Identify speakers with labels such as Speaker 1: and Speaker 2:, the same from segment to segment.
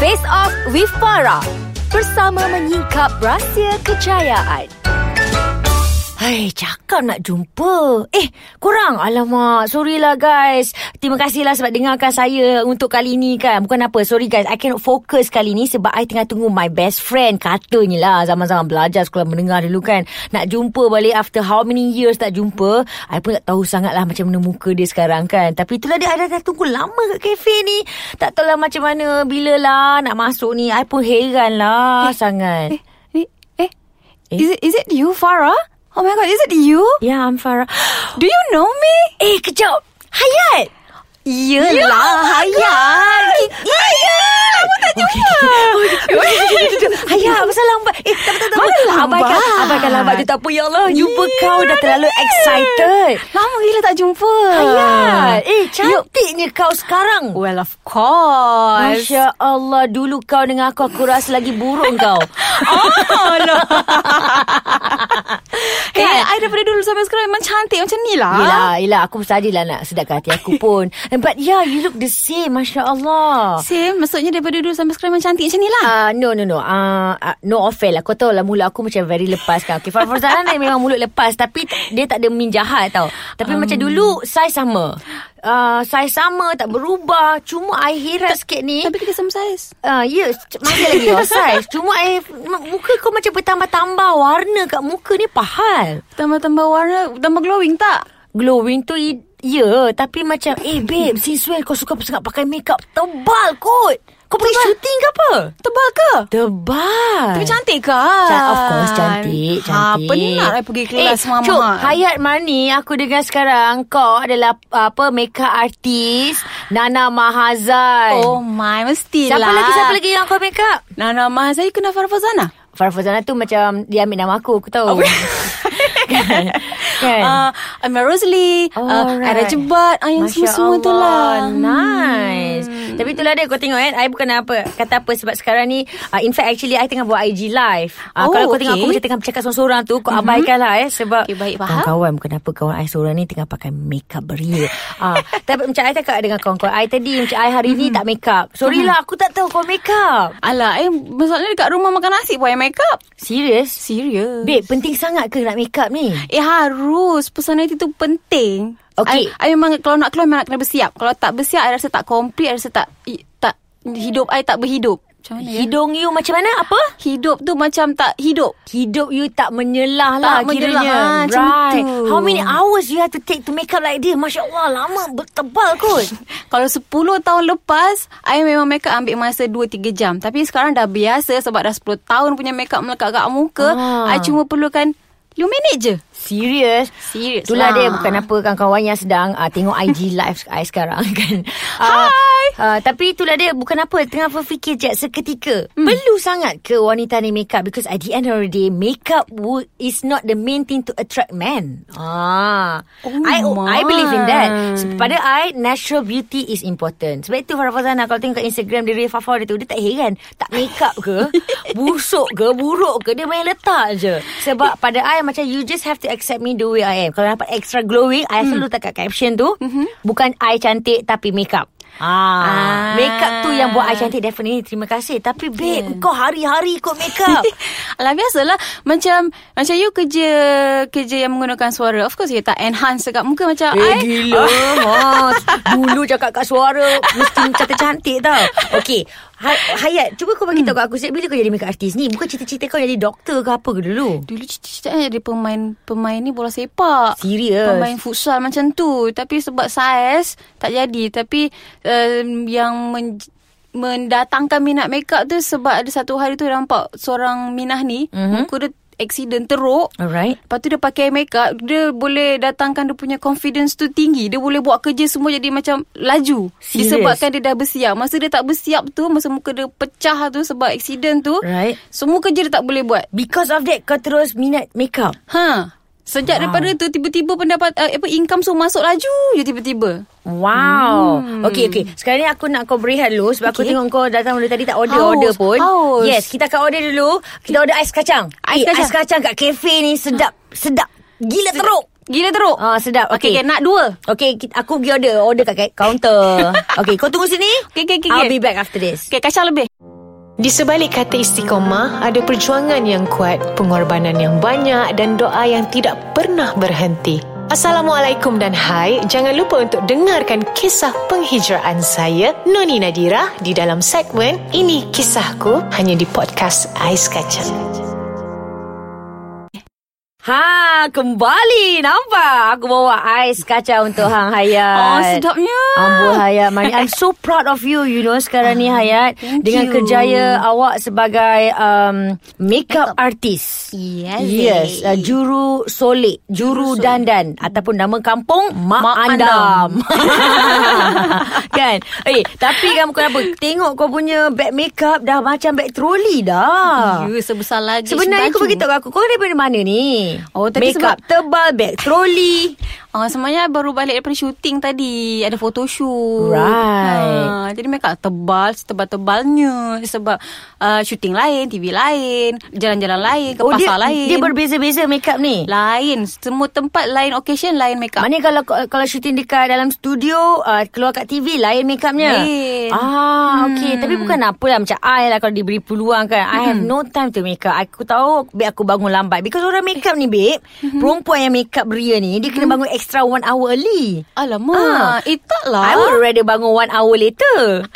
Speaker 1: Face Off with Farah bersama menyingkap rahsia kejayaan.
Speaker 2: Hai, cakap nak jumpa. Eh, korang. Alamak, sorry lah guys. Terima kasihlah sebab dengarkan saya untuk kali ni kan. Bukan apa, sorry guys. I cannot focus kali ni sebab I tengah tunggu my best friend. Katanya lah, zaman-zaman belajar sekolah mendengar dulu kan. Nak jumpa balik after how many years tak jumpa. I pun tak tahu sangat lah macam mana muka dia sekarang kan. Tapi itulah dia, I dah, dah tunggu lama kat kafe ni. Tak tahulah macam mana, bila lah nak masuk ni. I pun heran lah eh, sangat. Eh.
Speaker 3: Eh, eh, is it is it you, Farah? Oh my god, is it you?
Speaker 2: Ya, I'm Farah.
Speaker 3: Do you know me?
Speaker 2: Eh, kejap. Hayat. Ya,
Speaker 3: Yelah, Hayat. Hayat, lama tak jumpa.
Speaker 2: Hayat, pasal lambat. Eh, tak apa, tak apa.
Speaker 3: Mana lambat?
Speaker 2: Abaikan, abaikan lambat dia tak apa. Ya Allah, jumpa kau dah terlalu excited.
Speaker 3: Lama gila tak jumpa.
Speaker 2: Hayat. Eh, cantiknya kau sekarang.
Speaker 3: Well, of course.
Speaker 2: Masya Allah, dulu kau dengan aku, aku rasa lagi buruk kau.
Speaker 3: Oh, no. Kan? Eh, I daripada dulu sampai sekarang memang cantik macam ni lah.
Speaker 2: Yelah, yelah, aku sajalah nak sedapkan hati aku pun. But yeah, you look the same, Masya Allah.
Speaker 3: Same, maksudnya daripada dulu sampai sekarang memang cantik macam ni lah.
Speaker 2: Uh, no, no, no. Uh, uh, no offense lah. Kau tahu lah mulut aku macam very lepas kan. Okay, Farah Farzana ni memang mulut lepas. Tapi dia tak ada min jahat tau. Tapi um. macam
Speaker 3: Hmm.
Speaker 2: dulu, saiz sama. Uh, saiz sama, tak berubah. Cuma I heran sikit ni.
Speaker 3: Tapi kita sama saiz.
Speaker 2: Ah, uh, ya, yes, masih lagi your size. Cuma I, m- muka kau macam bertambah-tambah warna kat muka ni pahal.
Speaker 3: Tambah-tambah warna, tambah glowing tak?
Speaker 2: Glowing tu, i- ya. tapi macam, eh babe, since when kau suka sangat pakai makeup tebal kot? Kau pergi
Speaker 3: Tebal?
Speaker 2: syuting ke apa?
Speaker 3: Tebal ke?
Speaker 2: Tebal.
Speaker 3: Tapi cantik ke?
Speaker 2: Ah. Ca- of course, cantik, cantik.
Speaker 3: Ah. Ha, penat I pergi kelas
Speaker 2: eh,
Speaker 3: mama.
Speaker 2: Cuk, Hayat Marni, aku dengar sekarang kau adalah apa makeup artist Nana Mahazan.
Speaker 3: Oh my, mestilah.
Speaker 2: siapa lagi siapa lagi yang kau makeup?
Speaker 3: Nana Mahazai kena Farah Fazana.
Speaker 2: Farah Fazana tu macam dia ambil nama aku, aku
Speaker 3: Oh.
Speaker 2: tahu. kan? kan?
Speaker 3: Uh, Amir Rosli, oh, uh,
Speaker 2: Alright.
Speaker 3: Aira Jebat, ah, yang
Speaker 2: Masya
Speaker 3: semua-semua tu lah.
Speaker 2: Allah, Nice hmm. Tapi itulah dia Kau tengok kan I bukan apa Kata apa Sebab sekarang ni uh, In fact actually I tengah buat IG live uh,
Speaker 3: Oh,
Speaker 2: Kalau kau tengok
Speaker 3: okay. Mhm.
Speaker 2: Aku macam tengah bercakap Sorang-sorang tu Kau abaikan lah eh Sebab
Speaker 3: Okay, baik, faham.
Speaker 2: Kawan-kawan Bukan apa Kawan I seorang ni Tengah pakai makeup beria uh, Tapi macam I cakap Dengan kawan-kawan I tadi Macam I hari
Speaker 3: Mhm.
Speaker 2: ni tak makeup Sorry lah Aku tak tahu kau makeup
Speaker 3: Alah, eh, masalahnya dekat rumah makan nasi pun I make up.
Speaker 2: Serius
Speaker 3: Serius.
Speaker 2: Babe penting sangat ke Nak makeup ni
Speaker 3: Eh harus Personality tu penting
Speaker 2: Okey.
Speaker 3: I, I memang Kalau nak keluar Memang nak kena bersiap Kalau tak bersiap I rasa tak complete I rasa tak i- Tak Hidup I tak berhidup Macam mana ya
Speaker 2: Hidung you macam mana Apa
Speaker 3: Hidup tu macam tak hidup
Speaker 2: Hidup you tak menyelah lah
Speaker 3: Tak menyelah,
Speaker 2: kiranya.
Speaker 3: ha, macam
Speaker 2: right.
Speaker 3: tu.
Speaker 2: How many hours you have to take to make up like this? Masya Allah, lama bertebal kot.
Speaker 3: Kalau 10 tahun lepas I memang make up ambil masa 2-3 jam Tapi sekarang dah biasa Sebab dah 10 tahun punya make up Melekat kat muka
Speaker 2: Ah.
Speaker 3: I cuma perlukan 5 minit je
Speaker 2: Serius.
Speaker 3: Serius
Speaker 2: Itulah
Speaker 3: lah.
Speaker 2: dia bukan apa kawan-kawan yang sedang uh, tengok IG live I sekarang kan. Uh, Hai. Uh, tapi itulah dia bukan apa tengah berfikir je seketika. Hmm. Perlu sangat ke wanita ni make up because at the end of the day makeup would, is not the main thing to attract men. Ah.
Speaker 3: Oh
Speaker 2: I I
Speaker 3: my.
Speaker 2: believe in that. So, pada I natural beauty is important. Sebab itu Farah Fazana kalau tengok kat Instagram dia Ria Fafa dia tu dia tak heran tak make up ke busuk ke buruk ke dia main letak je. Sebab pada I macam you just have to accept me the way I am. Kalau nampak extra glowing I selalu letak kat caption tu mm-hmm. bukan I cantik tapi make up. Ah,
Speaker 3: Ah.
Speaker 2: make up tu yang buat I cantik definitely terima kasih. Tapi babe yeah. kau hari-hari ikut make up.
Speaker 3: Alah biasalah Macam Macam you kerja Kerja yang menggunakan suara Of course you tak enhance Dekat muka macam
Speaker 2: Eh
Speaker 3: I
Speaker 2: gila Mas Dulu cakap kat suara Mesti cantik-cantik tau Okay Hay- Hayat Cuba kau bagi tahu kat aku Sejak bila kau jadi makeup artist ni Bukan cita-cita kau jadi doktor ke apa ke dulu
Speaker 3: Dulu cita-cita saya jadi pemain Pemain ni bola sepak
Speaker 2: Serius
Speaker 3: Pemain futsal macam tu Tapi sebab saiz Tak jadi Tapi um, Yang men- Mendatangkan minat makeup tu Sebab ada satu hari tu Nampak seorang Minah ni
Speaker 2: Mhm.
Speaker 3: mm-hmm. Muka dia accident teruk
Speaker 2: Alright
Speaker 3: Lepas tu dia pakai makeup Dia boleh datangkan Dia punya confidence tu tinggi Dia boleh buat kerja semua Jadi macam laju
Speaker 2: Serious?
Speaker 3: Disebabkan dia dah bersiap Masa dia tak bersiap tu Masa muka dia pecah tu Sebab accident tu
Speaker 2: Right
Speaker 3: Semua kerja dia tak boleh buat
Speaker 2: Because of that Kau terus minat makeup
Speaker 3: Ha Sejak
Speaker 2: Wow.
Speaker 3: wow. daripada tu tiba-tiba pendapat uh, apa income semua masuk laju je tiba-tiba.
Speaker 2: Wow hmm. Okay okay Sekarang ni aku nak kau berehat dulu Sebab okay. aku
Speaker 3: Okay.
Speaker 2: tengok kau datang dari tadi Tak order-order
Speaker 3: Haus,
Speaker 2: order pun
Speaker 3: haus.
Speaker 2: Yes kita akan order dulu Kita order ais kacang Eh,
Speaker 3: Ais kacang.
Speaker 2: Ais kacang kat kafe ni Sedap Sedap Gila teruk
Speaker 3: Gila teruk.
Speaker 2: Ah sedap
Speaker 3: Okey, okay,
Speaker 2: okay.
Speaker 3: nak dua.
Speaker 2: Okay, ki- aku pergi order. Order kat kaunter. okay, kau tunggu sini.
Speaker 3: Okey, okey, okey,
Speaker 2: I'll
Speaker 3: okey.
Speaker 2: be back after this.
Speaker 3: Okey, kacang lebih.
Speaker 4: Di sebalik kata istiqomah, ada perjuangan yang kuat, pengorbanan yang banyak dan doa yang tidak pernah berhenti. Assalamualaikum dan hai, jangan lupa untuk dengarkan kisah penghijraan saya, Noni Nadira, di dalam segmen Ini Kisahku, hanya di podcast Ais Kacang.
Speaker 2: Ha, kembali. Nampak? Aku bawa ais kaca untuk Hang Hayat.
Speaker 3: Oh, sedapnya.
Speaker 2: Ambul Hayat Mani. I'm so proud of you, you know, sekarang ni Hayat.
Speaker 3: Ah, Thank
Speaker 2: dengan
Speaker 3: you.
Speaker 2: kerjaya awak sebagai um, makeup, artist.
Speaker 3: Yes.
Speaker 2: Yes, uh, juru solek, juru, dandan ataupun nama kampung Mak,
Speaker 3: Mak
Speaker 2: Andam. kan? Eh, tapi kan bukan apa. Tengok kau punya bag makeup dah macam bag troli dah.
Speaker 3: You Ya, sebesar lagi
Speaker 2: Sebenarnya kau beritahu aku Kau daripada mana ni
Speaker 3: Oh, tapi
Speaker 2: Makeup tebal Bag troli
Speaker 3: Oh, sebenarnya baru balik daripada syuting tadi. Ada photoshoot.
Speaker 2: Right.
Speaker 3: Ha, jadi mereka tebal, setebal-tebalnya. Sebab uh, syuting lain, TV lain, jalan-jalan lain, ke pasar
Speaker 2: dia,
Speaker 3: lain.
Speaker 2: Oh, Dia berbeza-beza makeup ni
Speaker 3: Lain. Semua tempat lain, occasion lain makeup.
Speaker 2: Maknanya kalau kalau syuting dekat dalam studio uh, Keluar kat TV Lain makeupnya
Speaker 3: Lain.
Speaker 2: Ah hmm. okay Tapi bukan apalah Macam I lah Kalau diberi peluang kan I have
Speaker 3: Hmm.
Speaker 2: no time to makeup Aku tahu Babe aku bangun lambat Because orang makeup ni babe
Speaker 3: Hmm.
Speaker 2: Perempuan yang makeup ria ni Dia kena bangun extra one hour early
Speaker 3: Alamak.
Speaker 2: Ah.
Speaker 3: Eh,
Speaker 2: I
Speaker 3: tak lah.
Speaker 2: would rather bangun one hour later.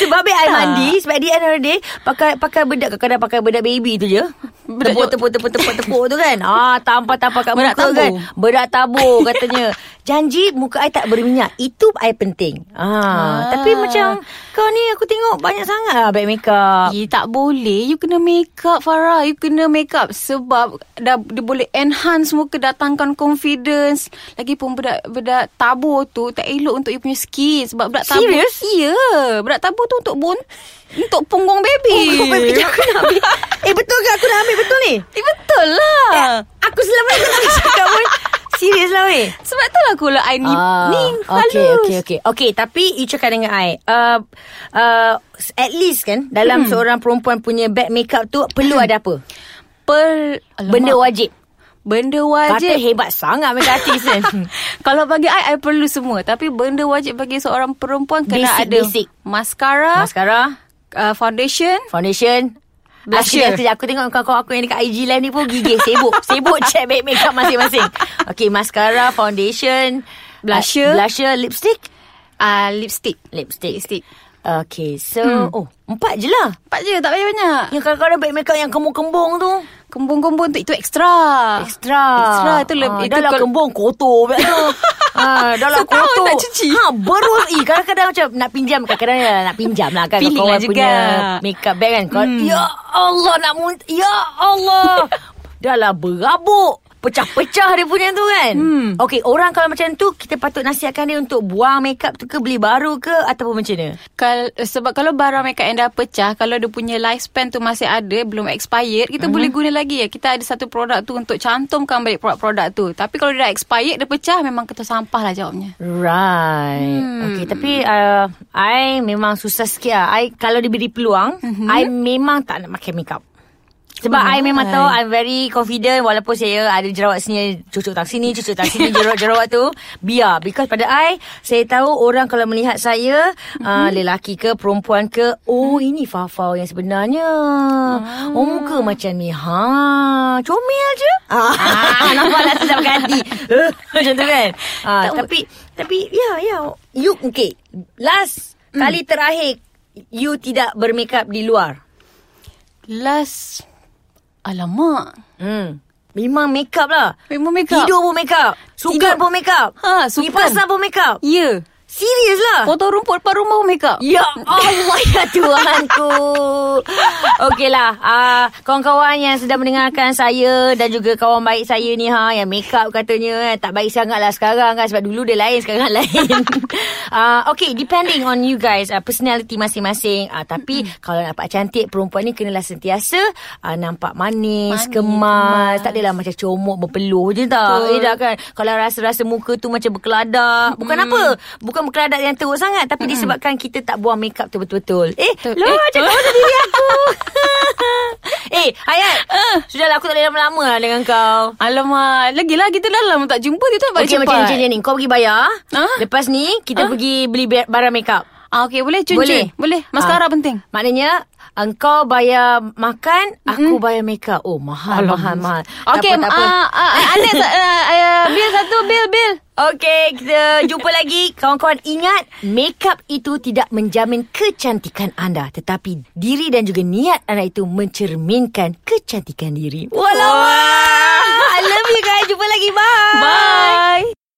Speaker 2: sebab baik I mandi. Sebab at the end of the day, pakai, pakai bedak. Kadang-kadang pakai bedak baby tu je.
Speaker 3: Bedak
Speaker 2: Tepuk, tepuk, tepuk, tepuk, tepuk tu kan. Ah, tampar-tampar kat
Speaker 3: Bedak
Speaker 2: muka
Speaker 3: tabur.
Speaker 2: kan. Bedak tabur katanya. Janji muka I tak berminyak. Itu I penting. Ah,
Speaker 3: Ah.
Speaker 2: Tapi macam kau ni aku tengok banyak sangat lah back makeup.
Speaker 3: Eh, tak boleh. You kena make up, Farah. You kena make up. Sebab dah, dia boleh enhance muka, datangkan confidence. Lagipun bedak, bedak tabur tu tak elok untuk you punya skin. Sebab bedak tabur...
Speaker 2: Serious?
Speaker 3: Ya. Bedak tabur tu untuk bon... Untuk punggung baby.
Speaker 2: Kau baik macam Oh, aku nak ambil. Eh betul ke aku nak ambil betul ni?
Speaker 3: Eh, betul lah.
Speaker 2: Aku selama ni tak nak cakap pun. Serius lah weh.
Speaker 3: Sebab tu lah aku lah I ni,
Speaker 2: Ah,
Speaker 3: ni halus.
Speaker 2: Okay, okay, okay. Okay, tapi you cakap dengan I. Uh, uh, at least kan, dalam hmm. seorang perempuan punya bad makeup tu, perlu
Speaker 3: Hmm.
Speaker 2: ada apa?
Speaker 3: Per,
Speaker 2: Alamak. Benda wajib.
Speaker 3: Benda
Speaker 2: Kata
Speaker 3: wajib.
Speaker 2: hebat sangat makeup artist kan.
Speaker 3: Kalau bagi I, I perlu semua. Tapi benda wajib bagi seorang perempuan kena
Speaker 2: Basic,
Speaker 3: ada
Speaker 2: basic.
Speaker 3: mascara,
Speaker 2: Mascara,
Speaker 3: uh, foundation,
Speaker 2: foundation,
Speaker 3: Blusher.
Speaker 2: Aku, aku tengok kawan-kawan aku yang dekat IG live ni pun gigih sibuk. sibuk check bad makeup masing-masing. Okay, mascara, foundation,
Speaker 3: Blusher.
Speaker 2: uh, blusher, lipstick.
Speaker 3: uh, lipstick.
Speaker 2: Lipstick.
Speaker 3: Lipstick.
Speaker 2: Okay, so, hmm. oh, empat je lah.
Speaker 3: Empat je, tak payah banyak.
Speaker 2: Yang kadang-kadang bad makeup yang kembung-kembung tu.
Speaker 3: Kembung-kembung tu itu extra.
Speaker 2: Extra
Speaker 3: Extra Ah, tu
Speaker 2: ha,
Speaker 3: lebih
Speaker 2: Dah lah kembung kotor pula tu ha, Dah lah
Speaker 3: Ya. Setahun
Speaker 2: kotor
Speaker 3: tak cuci.
Speaker 2: ha, Berus eh, Kadang-kadang macam Nak pinjam Kadang-kadang ya, nak pinjam lah kan
Speaker 3: Pilih
Speaker 2: kawan
Speaker 3: lah juga.
Speaker 2: punya Makeup bag kan Kau, hmm. Ya Allah nak munt Ya Allah Dah lah berabuk Pecah-pecah dia punya tu kan hmm. Okay orang kalau macam tu Kita patut nasihatkan dia Untuk buang makeup tu ke Beli baru ke Ataupun macam mana
Speaker 3: Kal, eh, sebab kalau barang makeup yang dah pecah Kalau dia punya lifespan tu masih ada Belum expired Kita boleh guna lagi ya. Kita ada satu produk tu Untuk cantumkan balik produk-produk tu Tapi kalau dia dah expired Dia pecah Memang kita sampah lah jawabnya
Speaker 2: Right. Hmm. Okay, tapi uh, I memang susah sikit lah. I kalau diberi peluang, mm-hmm. I memang tak nak pakai makeup. Sebab I memang tahu I'm very confident Walaupun saya ada jerawat sini Cucuk tang sini Cucuk tang sini Jerawat-jerawat tu Biar Because pada I Saya tahu orang kalau melihat saya mm-hmm. uh, Lelaki ke Perempuan ke Oh ini Fafau yang sebenarnya Oh muka macam ni Ha Comel je ah. Nampak lah sedap ganti Macam tu kan ah,
Speaker 3: Tak-
Speaker 2: Tapi Tapi Ya ya Mm. You okay Last Kali terakhir You tidak bermakeup di luar
Speaker 3: Last Alamak
Speaker 2: Hmm. Memang make up lah.
Speaker 3: Memang make up
Speaker 2: Tidur pun make up. Sukan
Speaker 3: Tidur.
Speaker 2: pun make up.
Speaker 3: Ha,
Speaker 2: Pergi
Speaker 3: sukan.
Speaker 2: pasar pun make up.
Speaker 3: Ya yeah.
Speaker 2: Serius lah.
Speaker 3: Foto rumput depan rumah pun make up
Speaker 2: Ya Allah ya Tuhanku Okeylah uh, Kawan-kawan yang sedang mendengarkan saya Dan juga kawan baik saya ni ha Yang make up katanya eh, Tak baik sangat lah sekarang kan Sebab dulu dia lain sekarang lain uh, Okay depending on you guys uh, Personality masing-masing uh, Tapi kalau nampak cantik Perempuan ni kenalah sentiasa uh, Nampak manis, manis
Speaker 3: Manis,
Speaker 2: kemas, Tak
Speaker 3: kemas.
Speaker 2: adalah macam comok berpeluh je tak Eh dah kan Kalau rasa-rasa muka tu macam berkeladak Bukan apa Bukan berkeladak yang teruk sangat Tapi disebabkan kita tak buang makeup tu betul-betul Eh
Speaker 3: Betul.
Speaker 2: Lo
Speaker 3: Eh.
Speaker 2: macam kau tu diri aku Eh Hayat Sudahlah aku tak boleh lama-lama lah dengan kau
Speaker 3: Alamak Lagilah kita dah lama tak jumpa Dia tak balik
Speaker 2: Okey
Speaker 3: cepat
Speaker 2: macam macam ni Kau pergi bayar
Speaker 3: Ah?
Speaker 2: Lepas ni Kita pergi beli bar- barang makeup
Speaker 3: Ah okey boleh cun
Speaker 2: Boleh.
Speaker 3: cun. Boleh.
Speaker 2: Ah.
Speaker 3: Mascara penting.
Speaker 2: Maknanya engkau bayar makan, aku bayar makeup. Oh, mahal, mahal, mahal. tak
Speaker 3: Okey,
Speaker 2: apa, tak apa.
Speaker 3: ah ah, ah, Anis ah, ah, bil satu bil bil.
Speaker 2: Okey, kita jumpa lagi. Kawan-kawan ingat, makeup itu tidak menjamin kecantikan anda. Tetapi diri dan juga niat anda itu mencerminkan kecantikan diri. Walau, I love you guys. Jumpa lagi. Bye.
Speaker 3: Bye.